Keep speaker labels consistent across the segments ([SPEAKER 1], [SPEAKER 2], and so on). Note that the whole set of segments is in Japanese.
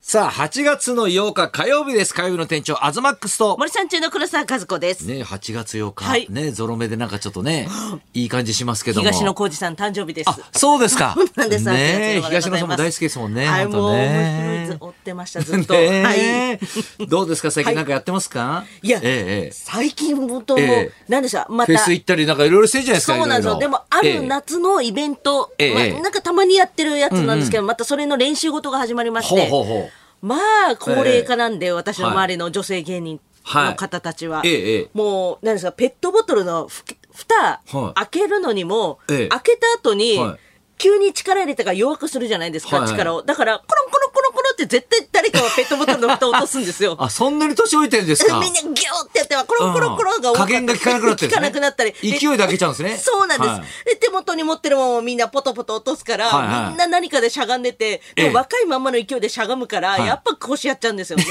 [SPEAKER 1] さあ、8月の8日火曜日です。火曜日の店長、アズマックスと。
[SPEAKER 2] 森さん中の黒沢和子です。
[SPEAKER 1] ね、8月8日。
[SPEAKER 2] はい
[SPEAKER 1] ね、ゾロ目でなんかちょっと ね、いい感じしますけども。
[SPEAKER 2] 東野浩二さん誕生日です。
[SPEAKER 1] あ、そうですか。
[SPEAKER 2] そうなんです。
[SPEAKER 1] ね、
[SPEAKER 2] 8月
[SPEAKER 1] 東
[SPEAKER 2] の
[SPEAKER 1] 野
[SPEAKER 2] 8
[SPEAKER 1] さんも大好きですもんね。
[SPEAKER 2] はい、
[SPEAKER 1] 本
[SPEAKER 2] も
[SPEAKER 1] 当
[SPEAKER 2] う面白い
[SPEAKER 1] ね
[SPEAKER 2] ず。追ってました、ずっと。はい。
[SPEAKER 1] ねどうですか最近なんかやってますか、
[SPEAKER 2] いや、
[SPEAKER 1] えええ
[SPEAKER 2] 最近本当もう、
[SPEAKER 1] ええ
[SPEAKER 2] なんでしょう、
[SPEAKER 1] え
[SPEAKER 2] ま
[SPEAKER 1] フェ
[SPEAKER 2] た。
[SPEAKER 1] ス行ったりなんかいろいろしてるじゃないですか。
[SPEAKER 2] そうなんですよ。
[SPEAKER 1] いろい
[SPEAKER 2] で
[SPEAKER 1] ろ
[SPEAKER 2] も、あ
[SPEAKER 1] え
[SPEAKER 2] る
[SPEAKER 1] え
[SPEAKER 2] 夏のイベント、
[SPEAKER 1] ええ
[SPEAKER 2] まあ
[SPEAKER 1] ええ
[SPEAKER 2] なんかたまにやってるやつなんですけど、またそれの練習事が始まりまし
[SPEAKER 1] ほう
[SPEAKER 2] て、
[SPEAKER 1] ほうほう。
[SPEAKER 2] まあ、高齢化なんで、私の周りの女性芸人の方たちは、
[SPEAKER 1] はいええ
[SPEAKER 2] もう、なんですか、ペットボトルのふき蓋、
[SPEAKER 1] はい
[SPEAKER 2] 開けるのにも、
[SPEAKER 1] ええ
[SPEAKER 2] 開けた後に、
[SPEAKER 1] はい
[SPEAKER 2] 急に力入れたから弱くするじゃないですか、
[SPEAKER 1] はいはい
[SPEAKER 2] 力を。だから、コロンコロンコロンコロンって絶対誰かはペットボトルの蓋を落とすんで すよ。
[SPEAKER 1] あ、そんなに年老いてるんです か
[SPEAKER 2] みんなギューってやってはコロンコロンコロンが多か
[SPEAKER 1] 加
[SPEAKER 2] った
[SPEAKER 1] 減が効かなくなってるんですね
[SPEAKER 2] 効かなくなったりで
[SPEAKER 1] 勢いで開けちゃうんですね
[SPEAKER 2] そうなんです、
[SPEAKER 1] はい
[SPEAKER 2] で手元に持ってるもんをみんなポトポト落とすから、
[SPEAKER 1] はいはい
[SPEAKER 2] みんな何かでしゃがんでて
[SPEAKER 1] え
[SPEAKER 2] で
[SPEAKER 1] え
[SPEAKER 2] も若いまんまの勢いでしゃがむから、
[SPEAKER 1] はい
[SPEAKER 2] やっぱ腰やっちゃうんです よね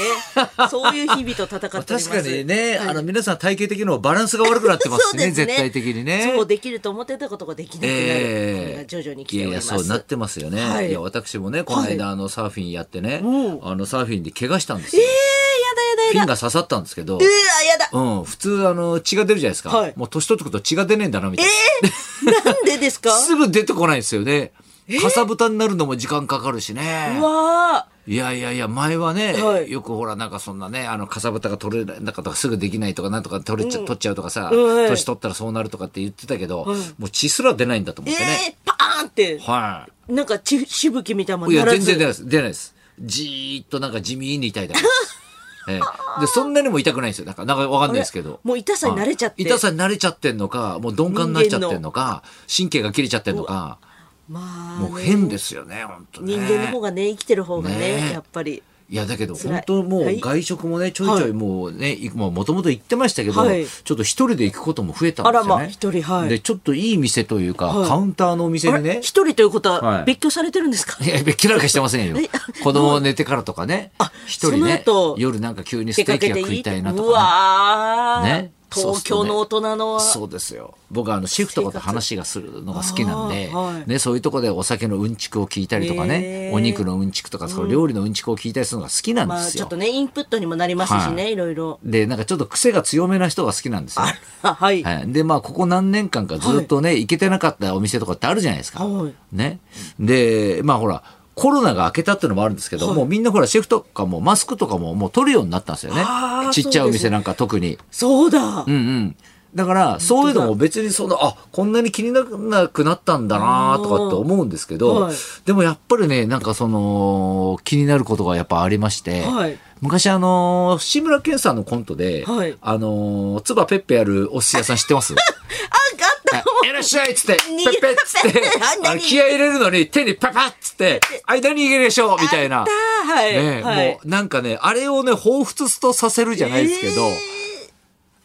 [SPEAKER 2] そういう日々と戦っており
[SPEAKER 1] まあ
[SPEAKER 2] ます
[SPEAKER 1] 確かにね、あの皆さん体型的にもバランスが悪くなってますしね、
[SPEAKER 2] そうです
[SPEAKER 1] 絶対的にね。
[SPEAKER 2] そうできると思ってたことができなくなる、
[SPEAKER 1] ええ
[SPEAKER 2] が徐々に来ております
[SPEAKER 1] いやいやそうなってますよね、
[SPEAKER 2] はい
[SPEAKER 1] い、や私もねこの間、
[SPEAKER 2] は
[SPEAKER 1] あのサーフィンやってね、
[SPEAKER 2] うん
[SPEAKER 1] あのサーフィンで怪我したんです
[SPEAKER 2] え
[SPEAKER 1] よ、ピ
[SPEAKER 2] えやだやだや
[SPEAKER 1] ン
[SPEAKER 2] だ
[SPEAKER 1] が刺さったんですけど、
[SPEAKER 2] うわやだ
[SPEAKER 1] うん、普通あの血が出るじゃないですか、
[SPEAKER 2] はい
[SPEAKER 1] もう年取ってくると血が出ねえんだなみたいな、
[SPEAKER 2] えなんでですか
[SPEAKER 1] すぐ出てこないんですよね、かさぶたになるのも時間かかるしね
[SPEAKER 2] うわ
[SPEAKER 1] いやいやいや前はね、
[SPEAKER 2] はい
[SPEAKER 1] よくほらなんかそんなねあのかさぶたが取れなかったとかすぐできないとかなんとか取れちゃ、取っちゃうとかさ、
[SPEAKER 2] うんはい
[SPEAKER 1] 年取ったらそうなるとかって言ってたけど、もう血すら出ないんだと思
[SPEAKER 2] え
[SPEAKER 1] ってね、
[SPEAKER 2] えパーンって
[SPEAKER 1] はい。
[SPEAKER 2] なんか血しぶきみたいなもん
[SPEAKER 1] い
[SPEAKER 2] な
[SPEAKER 1] や、
[SPEAKER 2] らず
[SPEAKER 1] 全然出ないです。出ないです。じーっとなんか地味に痛いだけ です。ええ、でそんなにも痛くないんですよ。なんか、なんかわかんないですけど。
[SPEAKER 2] もう痛さに慣れちゃって
[SPEAKER 1] はい痛さに慣れちゃってんのか、もう鈍感になっちゃってんのか、神経が切れちゃってんのか、
[SPEAKER 2] まあ、
[SPEAKER 1] もう変ですよね、本当ね。
[SPEAKER 2] 人間の方がね生きてる方がね
[SPEAKER 1] ね
[SPEAKER 2] やっぱり
[SPEAKER 1] いやだけど
[SPEAKER 2] 辛い
[SPEAKER 1] 本当も
[SPEAKER 2] は
[SPEAKER 1] う
[SPEAKER 2] い
[SPEAKER 1] 外食もねちょいちょ
[SPEAKER 2] はいい
[SPEAKER 1] もうねもともと行ってましたけど、
[SPEAKER 2] はい
[SPEAKER 1] ちょっと一人で行くことも増えたんですよね。
[SPEAKER 2] あらま一人はい
[SPEAKER 1] でちょっといい店というか、
[SPEAKER 2] はい
[SPEAKER 1] カウンターのお店
[SPEAKER 2] あ
[SPEAKER 1] に
[SPEAKER 2] れ
[SPEAKER 1] ね
[SPEAKER 2] 一人ということ
[SPEAKER 1] はい
[SPEAKER 2] は別居されてるんですか、
[SPEAKER 1] いや、別居なんかしてませんよ
[SPEAKER 2] え。
[SPEAKER 1] 子供寝てからとかね
[SPEAKER 2] あ。
[SPEAKER 1] 一人ね
[SPEAKER 2] その後。
[SPEAKER 1] 夜なんか急にス
[SPEAKER 2] 出
[SPEAKER 1] テー
[SPEAKER 2] か
[SPEAKER 1] キ
[SPEAKER 2] け
[SPEAKER 1] が
[SPEAKER 2] てい
[SPEAKER 1] 食い
[SPEAKER 2] い
[SPEAKER 1] たいな
[SPEAKER 2] う
[SPEAKER 1] とか、
[SPEAKER 2] わー、
[SPEAKER 1] ね
[SPEAKER 2] 東京の大人の
[SPEAKER 1] ね。そうですよ。僕はあの、シェフとかと話がするのが好きなんで
[SPEAKER 2] あーは、い
[SPEAKER 1] ね、そういうとこでお酒のうんちくを聞いたりとかね
[SPEAKER 2] へ、ー
[SPEAKER 1] お肉のうんちくとか、その料理のうんちくを聞いたりするのが好きなんで
[SPEAKER 2] まあ
[SPEAKER 1] す
[SPEAKER 2] ちょっ
[SPEAKER 1] よ
[SPEAKER 2] と。ねインプットにもなりますしね、
[SPEAKER 1] はい
[SPEAKER 2] い、ろいろ
[SPEAKER 1] で、なんかちょっと癖が強めな人が好きなんですよ。
[SPEAKER 2] あはい、
[SPEAKER 1] はい、でまあここ何年間かずっとね、行けてなかったお店とかってあるじゃないですか。
[SPEAKER 2] はい
[SPEAKER 1] ね、でまあほらコロナが明けたっていうのもあるんですけど、もうみんなほらシェフとかもマスクとかももう取るようになったんですよね
[SPEAKER 2] あー
[SPEAKER 1] ちっちゃいお
[SPEAKER 2] そうです
[SPEAKER 1] 店
[SPEAKER 2] ね
[SPEAKER 1] なんか特に。
[SPEAKER 2] そうだ、
[SPEAKER 1] うんうんだからそういうのも別にそのあこんなに気にならなくなったんだなとかって思うんですけど、
[SPEAKER 2] はい
[SPEAKER 1] でもやっぱりねなんかその気になることがやっぱありまして、
[SPEAKER 2] はい
[SPEAKER 1] 昔あのー志村けんさんのコントで、
[SPEAKER 2] はい
[SPEAKER 1] あのーつばぺっぺやるお寿司屋さん知ってます
[SPEAKER 2] ああった
[SPEAKER 1] いらっしゃいっつって、
[SPEAKER 2] 逃
[SPEAKER 1] ペ
[SPEAKER 2] げ
[SPEAKER 1] ッペッつって、
[SPEAKER 2] 何
[SPEAKER 1] あの気合い入れるのに手にパパッつって、間に逃げるでしょみたいな。
[SPEAKER 2] はい、
[SPEAKER 1] ね
[SPEAKER 2] はい
[SPEAKER 1] もうなんかね、あれをね、彷彿とさせるじゃないですけど、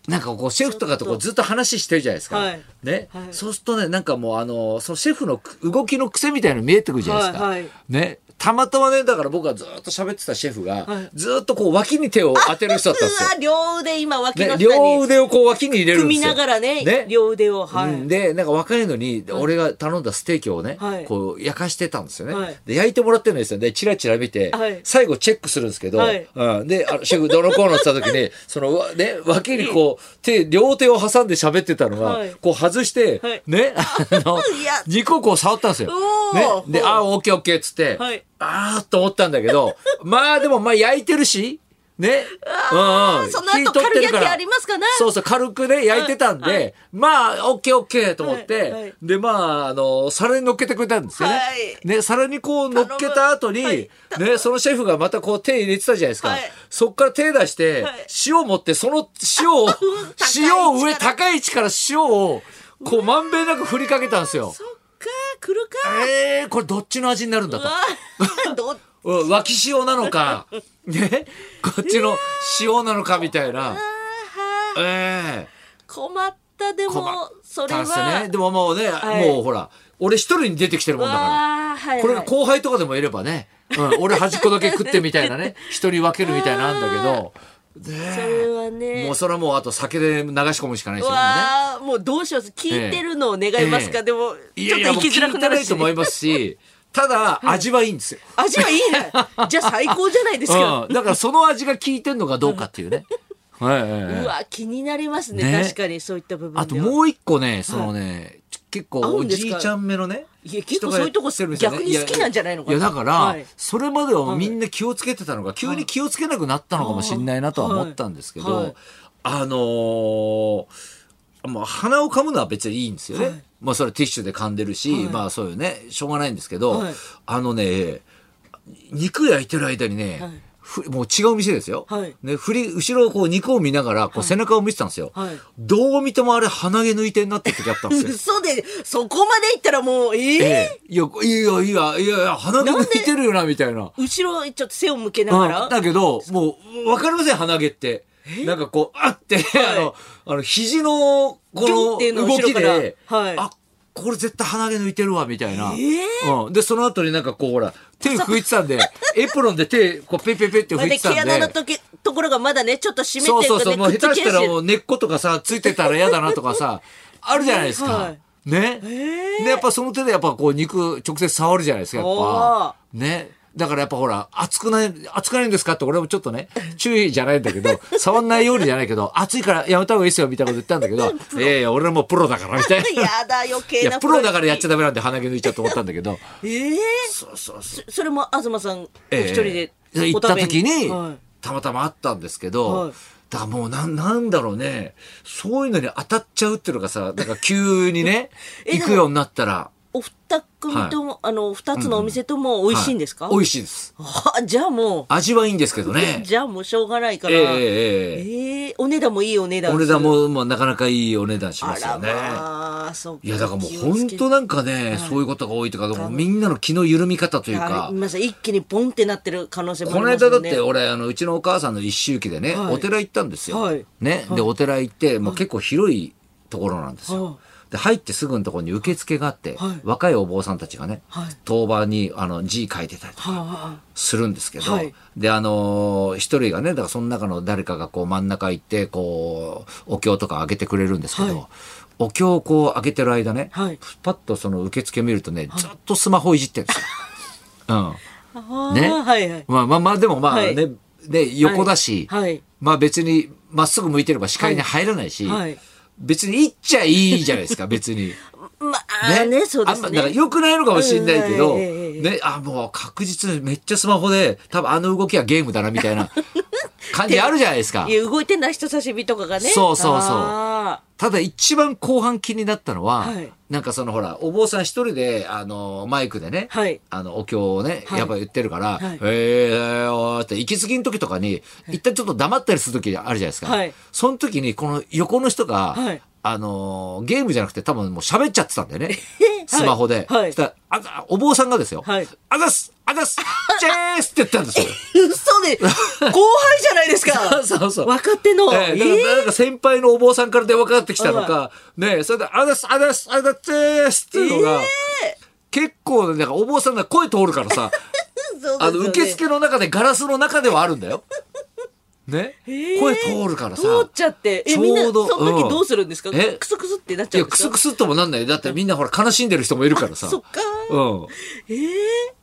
[SPEAKER 1] なんかこう、シェフとかとこうずっと話してるじゃないですか。
[SPEAKER 2] はい
[SPEAKER 1] ね、
[SPEAKER 2] はい
[SPEAKER 1] そうするとね、なんかもうあの、そのシェフの動きの癖みたいの見えてくるじゃないですか。
[SPEAKER 2] はいはい
[SPEAKER 1] ね。たまたまね、だから僕がずっと喋ってたシェフが、
[SPEAKER 2] はい
[SPEAKER 1] ずっとこう脇に手を当てる人だったんですよ。
[SPEAKER 2] うわ両腕今脇
[SPEAKER 1] ね、
[SPEAKER 2] の下に、
[SPEAKER 1] 両腕をこう脇に入れるんで
[SPEAKER 2] 組
[SPEAKER 1] す
[SPEAKER 2] み
[SPEAKER 1] よ。
[SPEAKER 2] ながらね
[SPEAKER 1] ね
[SPEAKER 2] 両腕をはい、
[SPEAKER 1] うん、でなんか若いのに、俺が頼んだステーキをね、
[SPEAKER 2] はい
[SPEAKER 1] こう焼かしてたんですよね、
[SPEAKER 2] はい
[SPEAKER 1] で焼いてもらってるんですよでチラチラ見て、
[SPEAKER 2] はい
[SPEAKER 1] 最後チェックするんですけど、
[SPEAKER 2] はい
[SPEAKER 1] うん、であのシェフどうのこうのって言った時に そのわね脇にこう手両手を挟んで喋ってたのが、
[SPEAKER 2] はい
[SPEAKER 1] こう外して、
[SPEAKER 2] はい
[SPEAKER 1] ねあの
[SPEAKER 2] いや
[SPEAKER 1] 肉をこう触ったんですよ。
[SPEAKER 2] おー
[SPEAKER 1] ね、で「あーオッケーオッケー」っつって、
[SPEAKER 2] はい
[SPEAKER 1] あーっと思ったんだけ どまあでもまあ焼いてるし。ね、うんうん
[SPEAKER 2] その
[SPEAKER 1] 火
[SPEAKER 2] 後
[SPEAKER 1] 取って
[SPEAKER 2] 軽
[SPEAKER 1] る
[SPEAKER 2] 焼
[SPEAKER 1] か
[SPEAKER 2] き
[SPEAKER 1] ら
[SPEAKER 2] ありますかね
[SPEAKER 1] そうそう、軽くね、焼いてたんで、
[SPEAKER 2] はい
[SPEAKER 1] まあ、オッケーオッケーと思って、
[SPEAKER 2] はいはい
[SPEAKER 1] で、まあ、あの、皿に乗っけてくれたんですよね。
[SPEAKER 2] はい
[SPEAKER 1] ね、皿にこう乗っけた後に、
[SPEAKER 2] 頼むはい
[SPEAKER 1] ね、そのシェフがまたこう手入れてたじゃないですか。
[SPEAKER 2] はい
[SPEAKER 1] そっから手出して、
[SPEAKER 2] はい
[SPEAKER 1] 塩持って、その塩を、塩を上、高い位置から塩を、こう、まんべんなく振りかけたんですよ。
[SPEAKER 2] そっか来るか
[SPEAKER 1] えー、これどっちの味になるんだと。
[SPEAKER 2] うわ どっ
[SPEAKER 1] うん脇塩なの か、ね、こっちの塩なのかみたいな。
[SPEAKER 2] あー
[SPEAKER 1] ええ
[SPEAKER 2] 困ったで
[SPEAKER 1] 困
[SPEAKER 2] もそれ
[SPEAKER 1] たんす
[SPEAKER 2] は
[SPEAKER 1] ね。でももうね、
[SPEAKER 2] はい
[SPEAKER 1] もうほら、俺一人に出てきてるもんだから。
[SPEAKER 2] わーはいはい
[SPEAKER 1] これが後輩とかでもいればね、うん、俺端っこだけ食ってみたいな ね、一人分けるみたいなのあんだけど、
[SPEAKER 2] それはね
[SPEAKER 1] もうそれはもうあと酒で流し込むしかないですよね。
[SPEAKER 2] わあもうどうします聞いてるのを願いますか、
[SPEAKER 1] ええ
[SPEAKER 2] でも
[SPEAKER 1] い
[SPEAKER 2] ち
[SPEAKER 1] や
[SPEAKER 2] ょ
[SPEAKER 1] い
[SPEAKER 2] っ
[SPEAKER 1] や
[SPEAKER 2] と
[SPEAKER 1] も
[SPEAKER 2] 行
[SPEAKER 1] う
[SPEAKER 2] きづら
[SPEAKER 1] 聞
[SPEAKER 2] く
[SPEAKER 1] いて
[SPEAKER 2] な
[SPEAKER 1] な
[SPEAKER 2] る
[SPEAKER 1] い
[SPEAKER 2] し
[SPEAKER 1] と思いますし、ただ、味はいいんですよ。
[SPEAKER 2] 味はいいね。じゃあ最高じゃないですか。
[SPEAKER 1] うん、だからその味が効いてんのかどうかっていう ね。はいはいはいう
[SPEAKER 2] わ、気になりますね。
[SPEAKER 1] ね
[SPEAKER 2] 確かにそういった部分では。
[SPEAKER 1] あともう一個ね、そのね、結構
[SPEAKER 2] 合う
[SPEAKER 1] お
[SPEAKER 2] んですか
[SPEAKER 1] じいちゃん目のね。
[SPEAKER 2] いや結構そういうとこ
[SPEAKER 1] 人がやってる店ね
[SPEAKER 2] 逆に好きなんじゃないのかない
[SPEAKER 1] や、だから、
[SPEAKER 2] はい
[SPEAKER 1] それまではみんな気をつけてたのが、急に気をつけなくなったのかもしれないなとは思ったんですけど、
[SPEAKER 2] はいはい
[SPEAKER 1] あのーもう鼻を噛むのは別にいいんですよね。
[SPEAKER 2] はい
[SPEAKER 1] まあそれティッシュで噛んでるし、
[SPEAKER 2] はい
[SPEAKER 1] まあそういうね、しょうがないんですけど、
[SPEAKER 2] はい
[SPEAKER 1] あのね、肉焼いてる間にね、
[SPEAKER 2] はい
[SPEAKER 1] ふもう違う店ですよ。
[SPEAKER 2] はい
[SPEAKER 1] ね、振り、後ろをこう肉を見ながら、こう背中を見てたんですよ。
[SPEAKER 2] はい
[SPEAKER 1] どう見てもあれ鼻毛抜いてんなって時あったんですよ。
[SPEAKER 2] 嘘で、そこまで行ったらもう、ええ
[SPEAKER 1] ええ、いや、いや、いや、いやいや、鼻毛抜いてるよな、みたいな。
[SPEAKER 2] 後ろちょっと背を向けなが
[SPEAKER 1] う
[SPEAKER 2] ら
[SPEAKER 1] ん、だけど、もう、わかりません、鼻毛って。なんかこう、あって、あの、あの、肘の、こ
[SPEAKER 2] ギョンっていうの
[SPEAKER 1] の
[SPEAKER 2] を
[SPEAKER 1] 動きで
[SPEAKER 2] 後ろ、からはい
[SPEAKER 1] あ、これ絶対鼻毛抜いてるわ、みたいな。
[SPEAKER 2] ええ
[SPEAKER 1] うん。で、その後になんかこう、ほら、手拭いて たんで、エプロンで手、こう、ペペペって
[SPEAKER 2] まあ
[SPEAKER 1] 拭い
[SPEAKER 2] で
[SPEAKER 1] て
[SPEAKER 2] 毛
[SPEAKER 1] たんで。
[SPEAKER 2] 穴のとけところがまだね、ちょっと湿ってる
[SPEAKER 1] そう
[SPEAKER 2] ね、
[SPEAKER 1] そうそう、もう下手したらも
[SPEAKER 2] う、
[SPEAKER 1] う根っことかさ、ついてたら嫌だなとかさ、あるじゃないですか。
[SPEAKER 2] はい
[SPEAKER 1] ね、で、やっぱその手でやっぱこう肉直接触るじゃないですか、やっぱ。ね。だからやっぱほら、熱くない、熱くないんですかって俺もちょっ とね、注意じゃないんだけど、触んないようにじゃないけど、熱いからやめた方がいいですよ、みたいなこと言ったんだけ ど、いやいや、俺はもうプロだから、みたいな。
[SPEAKER 2] やだ、余計
[SPEAKER 1] い
[SPEAKER 2] な。
[SPEAKER 1] や、プロだからやっちゃダメなんで鼻毛抜いちゃうと思ったんだけど、
[SPEAKER 2] ええ
[SPEAKER 1] そうそうそう。
[SPEAKER 2] それも東さん、お
[SPEAKER 1] ええ
[SPEAKER 2] 一人で
[SPEAKER 1] 行った時に、
[SPEAKER 2] はい
[SPEAKER 1] たまたまあったんですけど、
[SPEAKER 2] はい
[SPEAKER 1] だからもうなんなんだろうねそういうのに当たっちゃうっていうのがさなんか急にね
[SPEAKER 2] えで
[SPEAKER 1] 行
[SPEAKER 2] も
[SPEAKER 1] くようになったら
[SPEAKER 2] お二組とも、あの、二つのお店とも美味しいんですか、
[SPEAKER 1] は美味しいです
[SPEAKER 2] あじゃあも
[SPEAKER 1] 味はいいんですけど
[SPEAKER 2] う、
[SPEAKER 1] ね
[SPEAKER 2] じゃあもうしょうがないか
[SPEAKER 1] え
[SPEAKER 2] ら。
[SPEAKER 1] えええええ
[SPEAKER 2] ええお値段もいいお値段。
[SPEAKER 1] お値段も、まあ、なかなかいいお値段しますよね、
[SPEAKER 2] あらまあ、そっ
[SPEAKER 1] いやだからもう本当なんかね、そういうことが多いというかもうみんなの気の緩み方という
[SPEAKER 2] か。
[SPEAKER 1] か
[SPEAKER 2] ごめんなさい、一気にボンってなってる可能性もあ
[SPEAKER 1] こ
[SPEAKER 2] り
[SPEAKER 1] の
[SPEAKER 2] ます
[SPEAKER 1] 間だ
[SPEAKER 2] よ
[SPEAKER 1] っ
[SPEAKER 2] ね。
[SPEAKER 1] て俺あのうちのお母さんの一周忌でね、
[SPEAKER 2] はい
[SPEAKER 1] お寺行ったんですよ。
[SPEAKER 2] はい
[SPEAKER 1] ね、でお寺行って、まあ、結構広いところなんですよ。
[SPEAKER 2] はい
[SPEAKER 1] で入ってすぐのところに受付があって、
[SPEAKER 2] はい
[SPEAKER 1] 若いお坊さんたちがね、
[SPEAKER 2] はい
[SPEAKER 1] 当番にあの字書いてたりとか
[SPEAKER 2] はあはあ
[SPEAKER 1] するんですけど、
[SPEAKER 2] はい
[SPEAKER 1] であのー一人がねだからその中の誰かがこう真ん中行ってこうお経とかあげてくれるんですけど、
[SPEAKER 2] はい
[SPEAKER 1] お経をこうあげてる間ね、
[SPEAKER 2] はい
[SPEAKER 1] パッとその受付見るとね、ずっとスマホいじってるんです よ。うん
[SPEAKER 2] あー
[SPEAKER 1] ね
[SPEAKER 2] はいはい。
[SPEAKER 1] まあまあまあでもまあね、
[SPEAKER 2] はい
[SPEAKER 1] ね横だし、
[SPEAKER 2] はいはい
[SPEAKER 1] まあ別にまっすぐ向いてれば視界に入らないし、
[SPEAKER 2] はいはい
[SPEAKER 1] 別に行っちゃいいじゃないですか別 に。
[SPEAKER 2] まあね、そうです
[SPEAKER 1] あんま
[SPEAKER 2] ね。
[SPEAKER 1] だから良くないのかもしれないけど、
[SPEAKER 2] うんええ
[SPEAKER 1] ね、あ、もう確実にめっちゃスマホで、多分あの動きはゲームだなみたいな感じあるじゃないですか
[SPEAKER 2] い。や動いてない人差し指とかがね。
[SPEAKER 1] そうそうそう
[SPEAKER 2] あ
[SPEAKER 1] ただ一番後半気になったのは、
[SPEAKER 2] はい
[SPEAKER 1] なんかそのほら、お坊さん一人で、あの、マイクでね、
[SPEAKER 2] はい
[SPEAKER 1] あの、お経をね、
[SPEAKER 2] はい
[SPEAKER 1] やっぱ言ってるから、
[SPEAKER 2] はい
[SPEAKER 1] えーおーって、息継ぎの時とかに、一旦ちょっと黙ったりする時あるじゃないですか。
[SPEAKER 2] はい
[SPEAKER 1] その時に、この横の人が、
[SPEAKER 2] はい
[SPEAKER 1] あのー、ゲームじゃなくて多分もう喋っちゃってたん だよね。
[SPEAKER 2] ー
[SPEAKER 1] スマホで。
[SPEAKER 2] はいはい
[SPEAKER 1] そしたらあざお坊さんがですよ、
[SPEAKER 2] はい
[SPEAKER 1] あざっすあざっすチェースって言ったんですよ。
[SPEAKER 2] ー嘘で、後輩じゃないですか。
[SPEAKER 1] そうそう。
[SPEAKER 2] 若手の。
[SPEAKER 1] ええだから
[SPEAKER 2] えー
[SPEAKER 1] なんか先輩のお坊さんから電話かかってきたのか、ねえそれで、あだす、あだす、あだすですっていうのが、結構ね、なんかお坊さんが声通るからさ、
[SPEAKER 2] そうです
[SPEAKER 1] あの、
[SPEAKER 2] よね
[SPEAKER 1] 受付の中で、ガラスの中ではあるんだよ。ね、
[SPEAKER 2] えー
[SPEAKER 1] 声通るからさ。
[SPEAKER 2] 通っちゃって。え、
[SPEAKER 1] ちょうど
[SPEAKER 2] みんな、その時
[SPEAKER 1] うん
[SPEAKER 2] どうするんですか、
[SPEAKER 1] え
[SPEAKER 2] クスクスってなっち
[SPEAKER 1] い
[SPEAKER 2] ゃう
[SPEAKER 1] や、
[SPEAKER 2] んで
[SPEAKER 1] ク
[SPEAKER 2] すか
[SPEAKER 1] スクスともなんない。だってみんなほら悲しんでる人もいるからさ。
[SPEAKER 2] そっか。
[SPEAKER 1] うん。
[SPEAKER 2] え、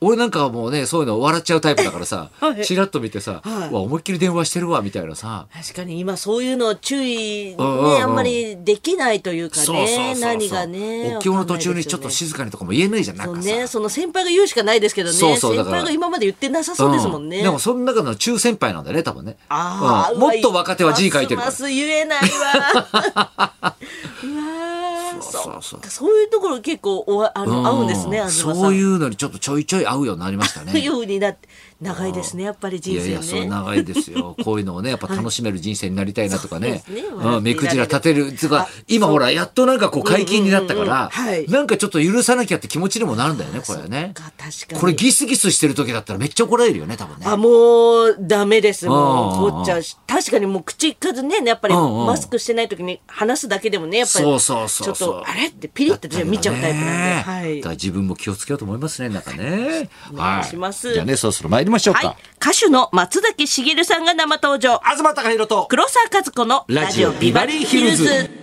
[SPEAKER 1] 俺なんかはもうね、そういうの笑っちゃうタイプだからさ
[SPEAKER 2] はい
[SPEAKER 1] チラッと見てさ、
[SPEAKER 2] はいう
[SPEAKER 1] わ、思いっきり電話してるわ、みたいなさ。
[SPEAKER 2] ー確かに今そういうの注意ね、
[SPEAKER 1] うんうんうん
[SPEAKER 2] あんまりできないというかね。
[SPEAKER 1] そうそうそうそう
[SPEAKER 2] 何がね。
[SPEAKER 1] お経の途中にちょっと
[SPEAKER 2] わか
[SPEAKER 1] 静かにとかも言えないじゃん、なん
[SPEAKER 2] んな
[SPEAKER 1] か
[SPEAKER 2] いです
[SPEAKER 1] さ
[SPEAKER 2] よね。そうね、その先輩が言うしかないですけどね。
[SPEAKER 1] そうそうだ
[SPEAKER 2] 先
[SPEAKER 1] から
[SPEAKER 2] 輩が今まで言ってなさそうですもんね。
[SPEAKER 1] うでもその中の中先輩なんだよね多分ね
[SPEAKER 2] ああ、
[SPEAKER 1] うん
[SPEAKER 2] うわ
[SPEAKER 1] もっと若手は字書いてるか
[SPEAKER 2] ま
[SPEAKER 1] ら
[SPEAKER 2] すます言えないわ。 うわー
[SPEAKER 1] そうそう
[SPEAKER 2] そ
[SPEAKER 1] そうう
[SPEAKER 2] かそういうところ結構おわあの、合うんですね、東さん。
[SPEAKER 1] そういうのにちょっとちょいちょい合うようになりました ね
[SPEAKER 2] ようになって、長いですね、やっぱり
[SPEAKER 1] い
[SPEAKER 2] 人
[SPEAKER 1] やい
[SPEAKER 2] 生
[SPEAKER 1] やそれ
[SPEAKER 2] ね。
[SPEAKER 1] 長いですよこういうのをねやっぱ楽しめる人生になりたいなとかね,、
[SPEAKER 2] そうですね
[SPEAKER 1] うん、目くじら立てると
[SPEAKER 2] あ
[SPEAKER 1] か今ほらやっとなんかこう解禁になったか
[SPEAKER 2] うんうんうん
[SPEAKER 1] ら、
[SPEAKER 2] はい
[SPEAKER 1] なんかちょっと許さなきゃって気持ちにもなるんだよねこれはね
[SPEAKER 2] そっか確かに。
[SPEAKER 1] これギスギスしてる時だったらめっちゃ怒られるよね多分ね
[SPEAKER 2] あ、もう、ダメです。も
[SPEAKER 1] うん
[SPEAKER 2] う、怒っちゃうし。確かにもう、口数ね、やっぱり、
[SPEAKER 1] うんうん
[SPEAKER 2] マスクしてない時に話すだけでもね、やっぱり、
[SPEAKER 1] そうそうそうそう
[SPEAKER 2] ちょっと、あれってピリって
[SPEAKER 1] だったけどね
[SPEAKER 2] 見ちゃうタイプなんで。はい
[SPEAKER 1] だから自分も気をつけようと思いますねなんかね
[SPEAKER 2] 願いします
[SPEAKER 1] はい、じゃあねそろそろ参りましょうか、
[SPEAKER 2] はい。歌手の松崎しげるさんが生登場。
[SPEAKER 1] 東隆弘と
[SPEAKER 2] 黒沢和子のラジオビバリーヒルズ。